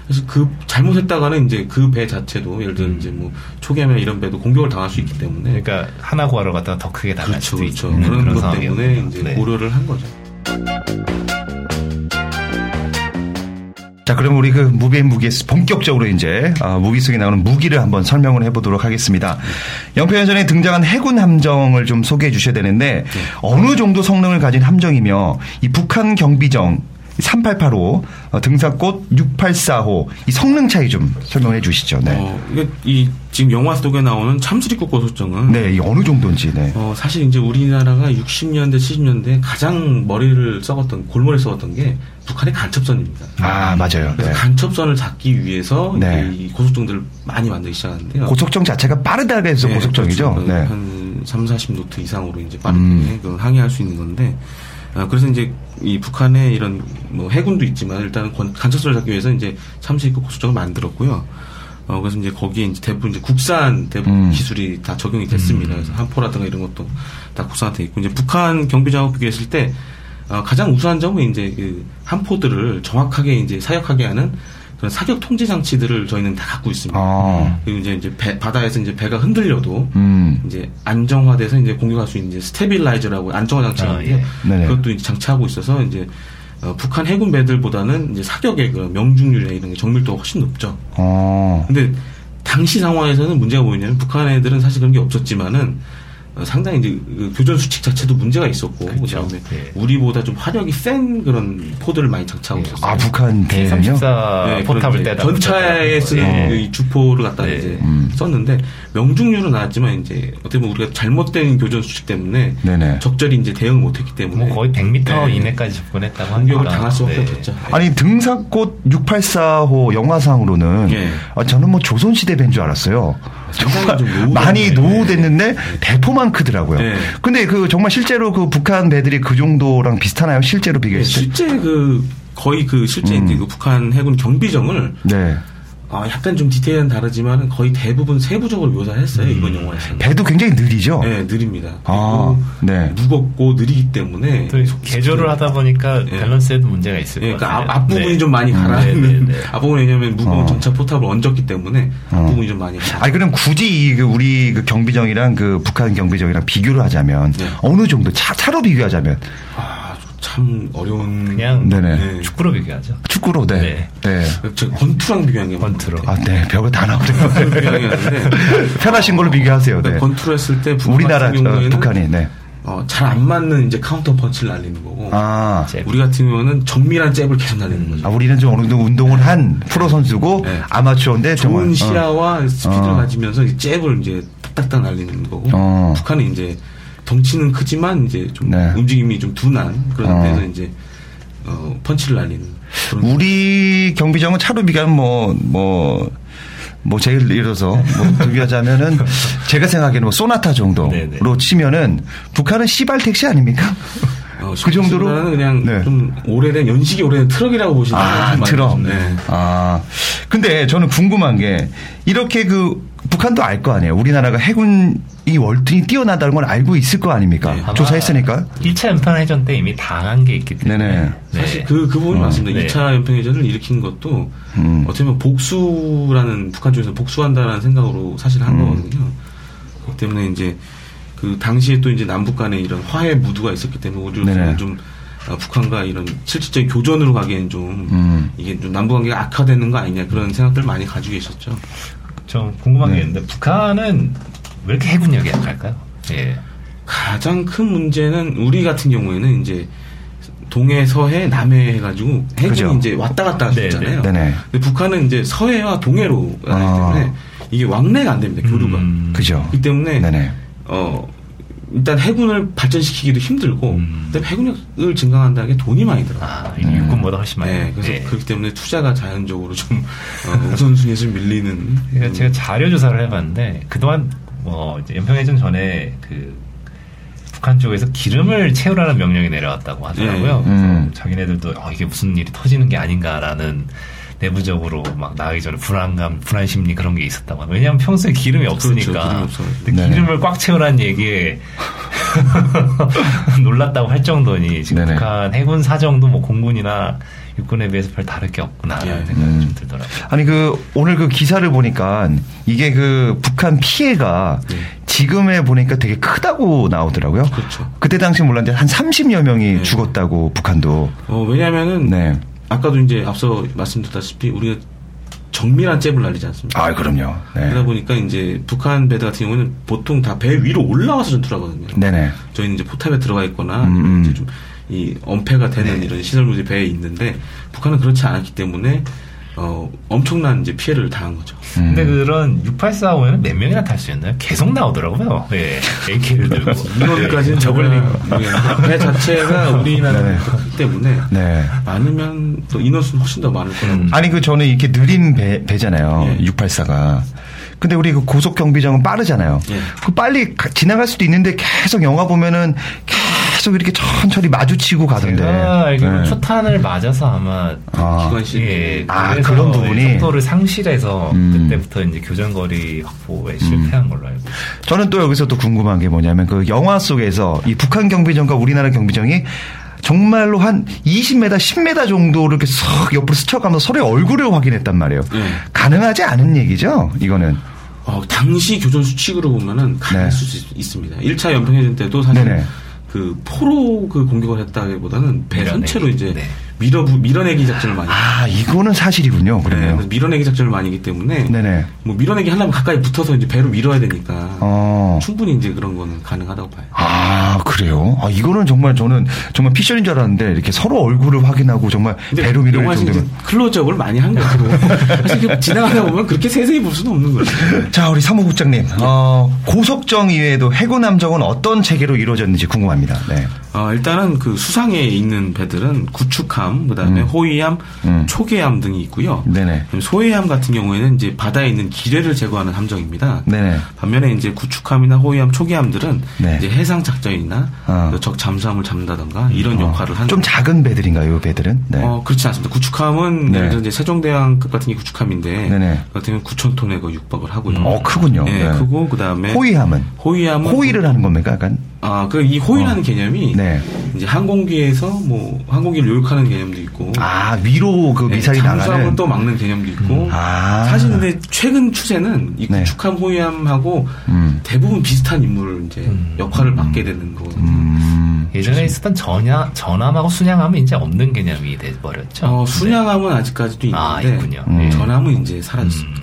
그래서 그 잘못했다가는 이제 그 배 자체도 예를 들어 이제 뭐 초계함이나 이런 배도 공격을 당할 수 있기 때문에
음. 그러니까 하나 구하러 갔다가 더 크게 당할
그렇죠,
수도
그렇죠.
있는
그런, 것 때문에
상황이었네요.
이제
네.
고려를 한 거죠.
자, 그럼 우리 그 무비의 무기 본격적으로 이제 아, 무비 속에 나오는 무기를 한번 설명을 해보도록 하겠습니다. 연평해전에 등장한 해군 함정을 좀 소개해 주셔야 되는데
네.
어느 정도 성능을 가진 함정이며 이 북한 경비정 3885 어, 등사꽃 6845 이 성능 차이 좀 설명해 주시죠. 네.
어, 이게 이 지금 영화 속에 나오는 참수리국 고소정은
네, 이 어느 정도인지. 네.
어, 사실 이제 우리나라가 60년대 70년대 가장 머리를 썩었던 골머리 썩었던 게 북한의 간첩선입니다.
아, 맞아요.
어. 그래서
네.
간첩선을 잡기 위해서
네.
이 고속정들을 많이 만들기 시작하는데요.
고속정 자체가 빠르다 그래서
네,
고속정이죠.
그렇죠.
네.
한 3, 40노트 이상으로 이제 빠르게
음.
그걸 항해할 수 있는 건데 아, 그래서 이제 이 북한의 이런 뭐 해군도 있지만 일단은 관- 간첩소를 잡기 위해서 이제 참새 있고 고수정을 만들었고요. 어, 그래서 이제 거기에 이제 대부분 이제 국산 대부분
음.
기술이 다 적용이 됐습니다. 그래서 한포라든가 이런 것도 다 국산화돼 있고 이제 북한 경비장하고 비교했을 때 어, 가장 우수한 점은 이제 그 한포들을 정확하게 이제 사격하게 하는 그런 사격 통제 장치들을 저희는 다 갖고 있습니다.
아,
그리고 이제 이제 배- 바다에서 이제 배가 흔들려도
음,
이제 안정화돼서 이제 공격할 수 있는 이제 스테빌라이저라고 안정화 장치가
아,
있는데
예.
네네.
그것도 이제 장착하고 있어서 이제 어, 북한 해군 배들보다는 이제 사격의 그 명중률이나 이런 게 정밀도가 훨씬 높죠.
어,
근데 당시 상황에서는 문제가 뭐였냐면 북한 애들은 사실 그런 게 없었지만은 어, 상당히 이제 그 교전 수칙 자체도 문제가 있었고
그렇죠.
그다음에
예.
우리보다 좀 화력이 센 그런 포들을 많이 장착하고
예.
있었어요.
아 북한 대요
K34
예,
아, 포탑을
네, 그런 이제
때다.
전차에 쓰는
예.
이 주포를 갖다
네.
이제
음.
썼는데 명중률은 낮았지만 이제 어떻게 보면 우리가 잘못된 교전 수칙 때문에
네네.
적절히 이제 대응을 못했기 때문에
뭐 거의 100m
네.
이내까지 접근했다고 하니까
공격을 당할 수밖에
네.
없었죠.
아니 등산꽃 684호 영화상으로는
예.
아, 저는 뭐 조선시대 밴 줄 알았어요.
상당히
정말
좀 노후됐네.
많이 노후됐는데 대포만 크더라고요.
예.
근데 그 정말 실제로 그 북한 배들이 그 정도랑 비슷하나요? 실제로 비교했을 때?
실제 그 거의 그 실제
음.
이제 그 북한 해군 경비정을
네.
아, 약간 좀 디테일은 다르지만 거의 대부분 세부적으로 묘사를 했어요 이번
음.
영화에서는.
배도 굉장히 느리죠.
네, 느립니다.
아,
그리고
네.
무겁고 느리기 때문에
또 개조를 하다 보니까
예.
밸런스에도 문제가 있을
예,
것
그러니까
같아요.
앞, 부분이
네.
좀 많이
네,
가라앉는
네, 네.
앞부분 왜냐하면 무거운
어.
전차 포탑을 얹었기 때문에 앞부분이 좀 많이 가라앉.
아니 그럼 굳이 이그 우리 그 경비정이랑 그 북한 경비정이랑 비교를 하자면
네.
어느 정도 차, 차로 비교하자면
아, 참 어려운
그냥
네네.
네.
축구로 비교하죠.
축구로 네. 네.
네.
저 권투랑 비교한 게
권투로.
아, 네. 별거 다 나오네요.
비교하는데
(laughs)
그러니까
편하신 걸로 비교하세요. 네.
권투를 했을 때 북한
우리나라
같은 경우에는
어, 북한이 네.
잘 안 맞는 이제 카운터 펀치를 날리는 거고
아.
잽.
우리 같은 경우는 정밀한 잽을 계속 날리는 거죠.
아, 우리는 좀 어느 정도 운동을 한 프로 선수고
네.
아마추어인데 정말
좋은
어.
시야와 스피드를
어.
가지면서 이 잽을 이제 딱딱딱 날리는 거고
어.
북한은 이제 덩치는 크지만 이제 좀
네.
움직임이 좀 둔한 그런 상태에서
어.
이제 어, 펀치를 날리는 그런
우리 경비정은 차로 비교하면 뭐, 뭐뭐 뭐 제일 이뤄서
(laughs)
뭐 비교하자면은 제가 생각에는 뭐 소나타 정도로
네, 네.
치면은 북한은 시발 택시 아닙니까?
어,
그 정도로?
심플보다는 그냥
네.
좀 오래된 연식이 오래된 트럭이라고 보시면
아,
될것 같아요.
트럭.
네.
아, 근데 저는 궁금한 게 이렇게 그 북한도 알 거 아니에요. 우리나라가 해군이 월등히 뛰어나다는 걸 알고 있을 거 아닙니까?
네,
조사했으니까.
1차 연평해전 때 이미 당한 게 있기 때문에.
네네.
네.
사실 그, 그 부분이 맞습니다.
네.
2차 연평해전을 일으킨 것도
아, 음.
어떻게 보면 복수라는 북한 쪽에서 복수한다라는 생각으로 사실
음.
한 거거든요. 그렇기 때문에 이제 그 당시에 또 이제 남북 간에 이런 화해 무드가 있었기 때문에
네네.
우리로서는 좀 아, 북한과 이런 실질적인 교전으로 가기엔 좀
음.
이게 좀 남북 관계가 악화되는 거 아니냐 그런 생각들 많이 가지고 계셨죠.
좀 궁금한
네.
게 있는데 북한은 왜 이렇게 해군력이 약할까요? 예.
가장 큰 문제는 우리 같은 경우에는 이제 동해, 서해, 남해 해가지고 해군이
그죠.
이제 왔다 갔다
네,
하셨잖아요.
네네.
근데 북한은 이제 서해와 동해로 가기
아.
때문에 이게 왕래가 안 됩니다. 교류가.
음.
그죠.
그렇기 때문에
네네.
어 일단 해군을 발전시키기도 힘들고
음.
그다음에 해군력을 증강한다는 게 돈이 많이 들어가.
아, 이게 육군보다 훨씬 많이.
네, 그래서
예.
그렇기 때문에 투자가 자연적으로 좀 어, 우선순위에서 밀리는.
제가, 네,
음.
제가 자료 조사를 해봤는데 그동안 뭐 이제 연평해전 전에 그 북한 쪽에서 기름을 채우라는 명령이 내려왔다고 하더라고요.
네.
그래서
음.
자기네들도 어, 이게 무슨 일이 터지는 게 아닌가라는 내부적으로 막 나가기 전에 불안감, 불안 심리 그런 게 있었다고. 합니다. 왜냐하면 평소에 기름이 없으니까
그렇죠. 기름이 없어가지고.
근데
네네.
기름을 꽉 채우라는 얘기에 (laughs) 놀랐다고 할 정도니 지금
네네.
북한 해군 사정도 뭐 공군이나 육군에 비해서 별 다를 게 없구나라는
예.
생각이
음.
좀 들더라고요.
아니 그 오늘 그 기사를 보니까 이게 그 북한 피해가
네.
지금에 보니까 되게 크다고 나오더라고요.
그렇죠.
그때 당시 몰랐는데 한 30여 명이
네.
죽었다고 북한도.
어 왜냐하면은
네.
아까도 이제 앞서 말씀드렸다시피 우리가 정밀한 잽을 날리지 않습니까?
아 그럼요.
그러다
네.
보니까 이제 북한 배들 같은 경우는 보통 다 배 위로 올라와서 전투를 하거든요.
네네.
저희는 이제 포탑에 들어가 있거나
음, 네. 음.
이제 좀 이 엄폐가 되는 이런 시설물이 배에 있는데 북한은 그렇지 않았기 때문에 어 엄청난 이제 피해를 당한 거죠.
음.
근데 그런 6845에는 몇 명이나 탈 수 있나요? 계속 나오더라고요. 예. AK를 들고.
인원까지는
저글링.
모르겠는데 배 자체가 우리나라는
네.
그렇기 때문에
네.
많으면 또 인원수는 훨씬 더 많을 거라고.
음.
아니 그 저는 이렇게 느린 배, 배잖아요.
예.
684가. 근데 우리 그 고속 경비정은 빠르잖아요.
예.
그 빨리 가- 지나갈 수도 있는데 계속 영화 보면은 계속 이렇게 천천히 마주치고 가던데.
제가 알기로
네.
초탄을 맞아서 아마
아,
기관실
예,
아,
그래서
그런 부분이?
속도를 상실해서
음.
그때부터 이제 교정거리 확보에 실패한 걸로 알고 있어요.
저는 또 여기서 또 궁금한 게 뭐냐면 그 영화 속에서 이 북한 경비정과 우리나라 경비정이 정말로 한 20m, 10m 정도를 이렇게 석 옆으로 스쳐가면서 서로의 얼굴을 확인했단 말이에요.
네.
가능하지 않은 얘기죠, 이거는.
어, 당시 교전 수칙으로 보면은
네.
가능할 수 있- 있습니다. 1차 연평해전 때도 사실
네네.
그 포로 그 공격을 했다기보다는 배
밀어내기.
선체로 이제
네.
밀어 밀어내기 작전을 많이
아, 이거는 사실이군요,
네,
그러면.
그래서 밀어내기 작전을 많이 하기 때문에
네네.
뭐 밀어내기 하려면 가까이 붙어서 이제 배로 밀어야 되니까
어.
충분히 이제 그런 거는 가능하다고 봐요.
아, 그래요? 아, 이거는 정말 저는 정말 피셜인 줄 알았는데 이렇게 서로 얼굴을 확인하고 정말
근데
배로 밀을
영화에서 이제
정도면.
클로즈업을 많이 한
(laughs)
거고 사실 이렇게 지나가다 보면 그렇게 세세히 볼 수는 없는 거죠.
자, 우리 사무국장님. 어, 고속정 이외에도 해군 함정은 어떤 체계로 이루어졌는지 궁금합니다. 네.
아, 일단은 그 수상에 있는 배들은 구축함, 그다음에
음.
호위함,
음.
초계함 등이 있고요.
네네.
소해함 같은 경우에는 이제 바다에 있는 기뢰를 제거하는 함정입니다.
네네.
반면에 이제 구축함이나 호위함, 초계함들은
네.
이제 해상 작전이나
어.
적 잠수함을 잡는다던가 이런 역할을 하는
좀 작은 배들인가요, 이 배들은? 네.
어, 그렇지 않습니다. 구축함은
네.
예를 들어 이제 세종대왕급 같은 게 구축함인데
네네.
그 같은 경우 9,000톤에 거 육박을 하고요.
어, 크군요.
예,
네.
크고 그다음에
호위함은?
호위함은
호위를 하는 겁니까? 약간?
아, 그 이 호위라는 개념이
네.
이제 항공기에서 뭐 항공기를 요격하는 개념도 있고
아, 위로 그
예,
미사일이
잠수함을
나가는.
또 막는 개념도 있고
아.
사실 근데 최근 추세는 이
네.
구축함 호위함하고
음.
대부분 비슷한 인물을 이제
음.
역할을 맡게 되는 거거든요.
음.
예전에 있었던 전야, 전함하고 순양함은 이제 없는 개념이 돼버렸죠.
어, 순양함은 아직까지도 있는데 네.
아, 있군요. 음.
음.
전함은 이제 사라졌습니다.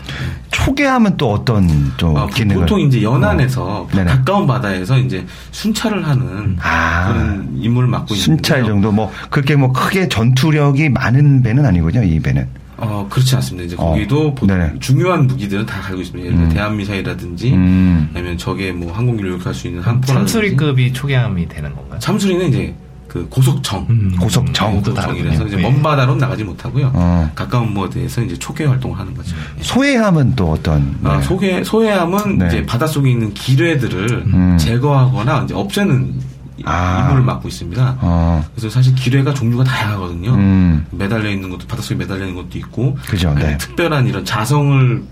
초계함은 또 어떤 또
아,
기능을?
보통 이제 연안에서
네네.
가까운 바다에서 이제 순찰을 하는
아.
그런 인물을 맡고
순찰
있는데요.
정도 뭐 그렇게 뭐 크게 전투력이 많은 배는 아니군요 이 배는
어 그렇지 않습니다. 이제
어.
거기도 보-
네네.
중요한 무기들은 다 가지고 있습니다. 예를 들어
음.
대한미사일이라든지
음.
아니면 적의 뭐 항공기를 요격할 수 있는 항포라든지
참수리급이 초계함이 되는 건가요?
참수리는 이제 그 고속청
음,
고속정.
또 다르군요.
고속정이라서 이제
예.
먼 바다로 나가지 못하고요.
어.
가까운 무어드에서 이제 초계 활동을 하는 거죠. 예.
소해함은 또 어떤
아,
네.
소해 소해함은
네.
이제 바닷속에 있는 기뢰들을
음.
제거하거나 이제 없애는
아.
임무를 맡고 있습니다.
어.
그래서 사실 기뢰가 종류가 다양하거든요.
음.
매달려 있는 것도 바닷속에 매달려 있는 것도 있고,
그죠,
아니면
네.
특별한 이런 자성을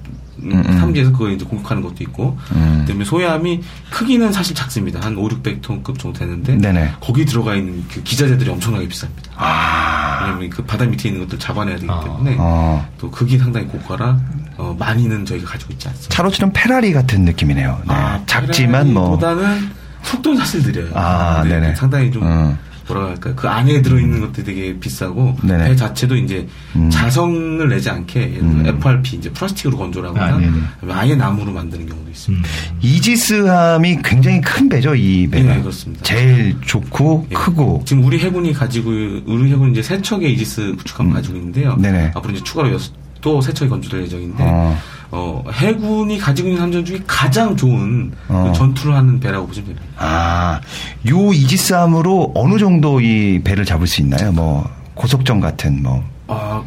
음.
탐지해서 그걸 이제 공격하는 것도 있고,
음.
그다음에 소해함이 크기는 사실 작습니다. 한 5, 600톤급 정도 되는데,
네네.
거기 들어가 있는 그 기자재들이 엄청나게 비쌉니다. 왜냐면 그 바다 밑에 있는 것들 잡아내야 되기
아.
때문에
아. 어.
또 그게 상당히 고가라 어, 많이는 저희가 가지고 있지 않습니다.
차로 치면 페라리 같은 느낌이네요. 네.
아,
작지만 뭐
보다는 속도는 사실 느려요.
아,
근데
네네.
상당히 좀
음.
뭐라 할까 그 안에 들어있는 것들이 되게 비싸고
네네.
배 자체도 이제
음.
자성을 내지 않게 예를 들어
음.
FRP 이제 플라스틱으로
아,
건조하거나
네네.
아예 나무로 만드는 경우도 있습니다.
음.
이지스함이 굉장히 큰 배죠 이 배가
예, 그렇습니다.
제일 좋고
예.
크고
지금 우리 해군이 가지고 우리 해군 이제 세 척의 이지스 구축함 을 가지고 있는데요.
음. 네네.
앞으로 이제 추가로 여섯 또세 척이 건조될 예정인데
어.
어. 해군이 가지고 있는 함정 중에 가장 좋은 그
어.
전투를 하는 배라고 보시면 됩니다.
아, 요 이지스함으로 어느 정도 이 배를 잡을 수 있나요? 뭐 고속정 같은 뭐
아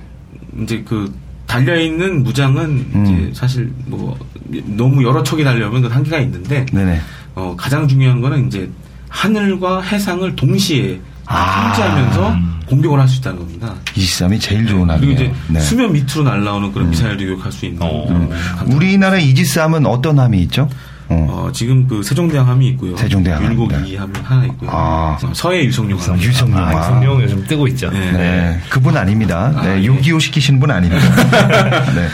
이제 그 달려 있는 무장은
음.
이제 사실 뭐 너무 여러 척이 달려오면 그 한계가 있는데
네네
어, 가장 중요한 거는 이제 하늘과 해상을 동시에
아.
통제하면서 공격을 할 수 있다는 겁니다.
이지스함이 제일 좋은
그리고 이제
함이에요. 네.
수면 밑으로 날아오는 그런 미사일도 요격할 수 있는
어.
그런 감-
우리나라 이지스함은 어떤 함이 있죠? 어.
어, 지금 그 세종대왕함이 있고요.
세종대왕함,
율곡
네.
2함이 하나 있고요.
아.
서해 유성룡함.
유성룡.
아, 유성룡 요즘 뜨고 있죠.
네.
네, 그분 아닙니다.
아,
네,
예.
요기요 시키시는 분 아닙니다. (laughs) 네.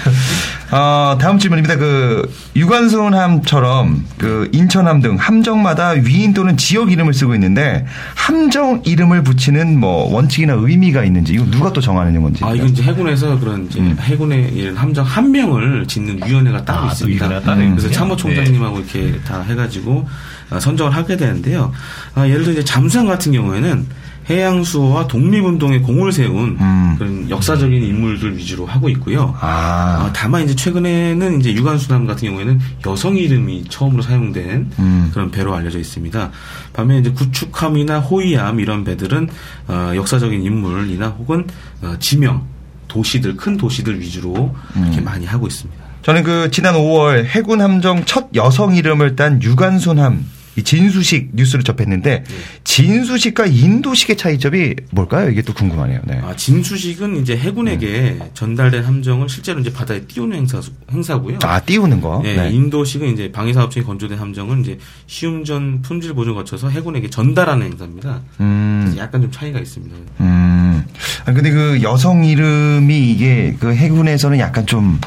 어, 다음 질문입니다. 그 유관순함처럼 그 인천함 등 함정마다 위인 또는 지역 이름을 쓰고 있는데 함정 이름을 붙이는 뭐 원칙이나 의미가 있는지 이거 누가 또 정하는 건지.
아, 이건 이제 해군에서 그런 이제 해군의 이런 함정 한 명을 짓는 위원회가 따로
아, 또
있습니다.
위원회가 따로
그래서
있군요.
참모총장님하고 이렇게 다 해가지고 아, 선정을 하게 되는데요. 아, 예를 들어 이제 잠수함 같은 경우에는 해양수호와 독립운동에 공을 세운
음.
그런 역사적인 인물들 위주로 하고 있고요.
아,
아, 다만 이제 최근에는 이제 유관순함 같은 경우에는 여성 이름이 처음으로 사용된
음.
그런 배로 알려져 있습니다. 반면 이제 구축함이나 호위함 이런 배들은 어, 역사적인 인물이나 혹은 어, 지명 도시들 큰 도시들 위주로 이렇게
음.
많이 하고 있습니다.
저는 그 지난 5월 해군 함정 첫 여성 이름을 딴 유관순함 이 진수식 뉴스를 접했는데 진수식과 인도식의 차이점이 뭘까요? 이게 또 궁금하네요. 네.
아, 진수식은 이제 해군에게 전달된 함정을 실제로 이제 바다에 띄우는 행사, 행사고요.
아 띄우는 거.
예,
네.
인도식은 이제 방위사업청이 건조된 함정을 이제 시음전 품질 보증 거쳐서 해군에게 전달하는 행사입니다.
음.
약간 좀 차이가 있습니다.
음. 아 근데 그 여성 이름이 이게 그 해군에서는 약간 좀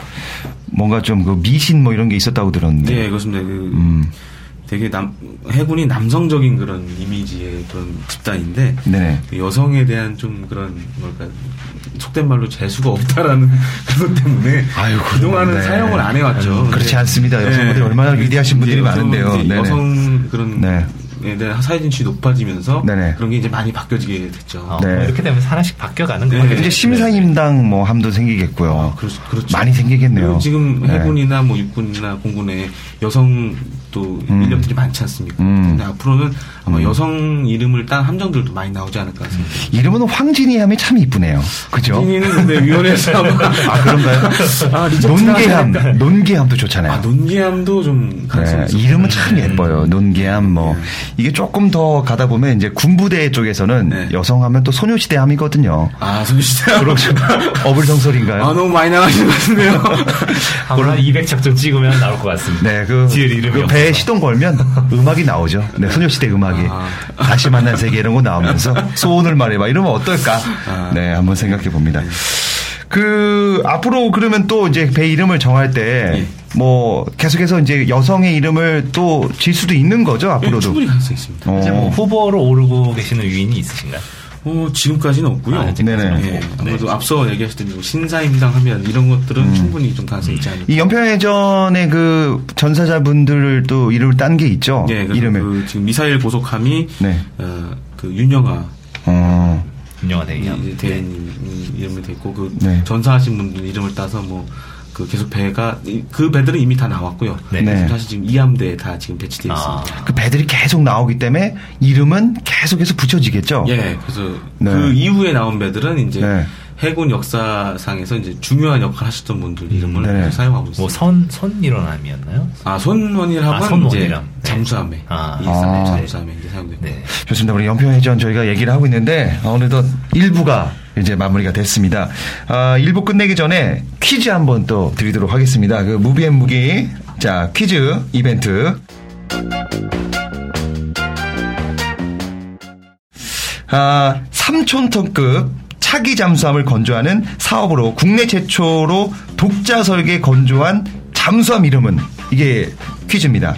뭔가 좀 그 미신 뭐 이런 게 있었다고 들었는데.
예, 그렇습니다. 그
네. 음.
되게 남, 해군이 남성적인 그런 이미지의 그런 집단인데
네네.
그 여성에 대한 좀 그런 뭘까 속된 말로 재수가 없다라는 (laughs) 그것 때문에
아유,
그동안은
그런데.
사용을 안 해왔죠. 네.
음, 그렇지
근데-
않습니다. 여성분들이 얼마나 위대하신 분들이
이제
많은데요.
여성분들이
네네.
여성 그런
네.
에 대한 사회진취 높아지면서
네네.
그런 게 이제 많이 바뀌어지게 됐죠.
어,
네.
이렇게 되면 하나씩 바뀌어가는
네.
거예요.
이제 심사임당 뭐 함도 생기겠고요.
그렇, 그렇죠.
많이 생기겠네요.
그리고 지금
네.
해군이나 뭐 육군이나 공군에 여성 또
음.
인력들이 많지 않습니까?
음.
근데 앞으로는 아마 여성 이름을 딴 함정들도 많이 나오지 않을까 생각합니다.
이름은 황진이 하면 참 이쁘네요. 그죠?
는 근데 위원회에서
(laughs)
아마 네.
아 그런가요? 논개함, 논개함도 좋잖아요.
아, 논기함도 좀 가능성이
네,
있어요.
이름은 참 예뻐요. 논개함 뭐
네.
이게 조금 더 가다 보면 이제 군부대 쪽에서는
네.
여성하면 또 소녀시대함이거든요.
아, 손시대
그럼 좀 (laughs) 어불성설인가요?
아, 너무 많이 나가신 것 같은데요.
(laughs) 아무나 200척 좀 찍으면 나올 것 같습니다.
네, 그,
지을 이름이
그 배에 시동 걸면 음악이 나오죠. 네, 소녀시대 음악이.
아.
다시 만난 세계 이런 거 나오면서 소원을 말해봐. 이러면 어떨까?
아.
네, 한번 생각해 봅니다. 그, 앞으로 그러면 또 이제 배 이름을 정할
예.
때, 뭐, 계속해서 이제 여성의 이름을 또 질 수도 있는 거죠,
예,
(laughs) 앞으로도.
충분히 가능성이 있습니다.
어.
이제 뭐 후보로 오르고 계시는 위인이 있으신가요?
어, 지금까지는 없고요.
아,
네네.
아직까지는
예,
없고. 네.
아무래도 앞서 얘기하셨던 대로 신사임당 하면 이런 것들은
음.
충분히 좀 가능성이 있지 않을까.
이 연평해전의 그 전사자분들 또 이름을 딴 게 있죠.
예, 그래서
이름을.
그 지금 미사일 보속함이
네.
어, 그 윤영아
어.
김영하 대기함.
이제 대인 이름이 돼 있고 그
음. 네.
전사하신 분들 이름을 따서 뭐 그 계속 배가 이- 그 배들은 이미 다 나왔고요.
네.
네.
사실 지금 이함대에 다 지금 배치돼
아,
있습니다.
그 배들이 계속 나오기 때문에 이름은 계속해서 붙여지겠죠.
예, 그래서
어. 네.
그 이후에 나온 배들은 이제
네.
해군 역사상에서 이제 중요한 역할 하셨던 분들 이름을
네.
계속 사용하고 있습니다.
뭐선 선일어남이었나요?
아 손원이라면
아, 손원이랑.
이제
네.
잠수함에
아.
일산의
아.
잠수함에 이제 사용되고
네.
좋습니다. 우리 연평해전 저희가 얘기를 하고 있는데 아, 어느덧 1부가 이제 마무리가 됐습니다. 아, 1부 끝내기 전에 퀴즈 한번 또 드리도록 하겠습니다. 그 무비앤 무기 자 퀴즈 이벤트 아, 삼촌턴급 차기 잠수함을 건조하는 사업으로 국내 최초로 독자 설계 건조한 잠수함 이름은 이게 퀴즈입니다.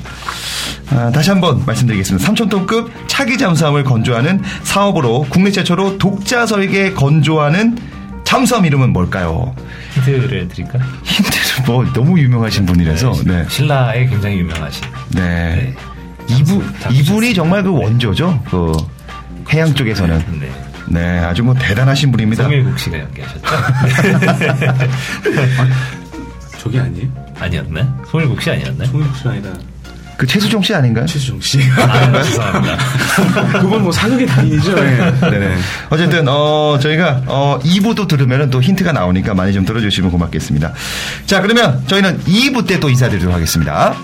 아, 다시 한번 말씀드리겠습니다. 삼촌턴급 차기 잠수함을 건조하는 사업으로 국내 최초로 독자 설계 건조하는 잠수함 이름은 뭘까요?
힌트를 드릴까? 요
힌트를 뭐 너무 유명하신 분이라서 네.
신라에 굉장히 유명하신.
네. 이분 이분이 정말 그 원조죠. 그 해양 쪽에서는
네.
네, 아주 뭐 대단하신 분입니다.
송일국 씨가 연기하셨죠?
저게
네.
아니에요?
아니었나요? 송일국 씨 아니었나요?
송일국 씨 아니라
그 최수종 씨 아닌가요?
최수정 씨.
네.
아, 죄송합니다.
(laughs) 그건 뭐 사극의 달인이죠. 예.
네네. 어쨌든 어 저희가 어 2부도 들으면 또 힌트가 나오니까 많이 좀 들어주시면 고맙겠습니다. 자 그러면 저희는 2부 때 또 인사드리도록 하겠습니다.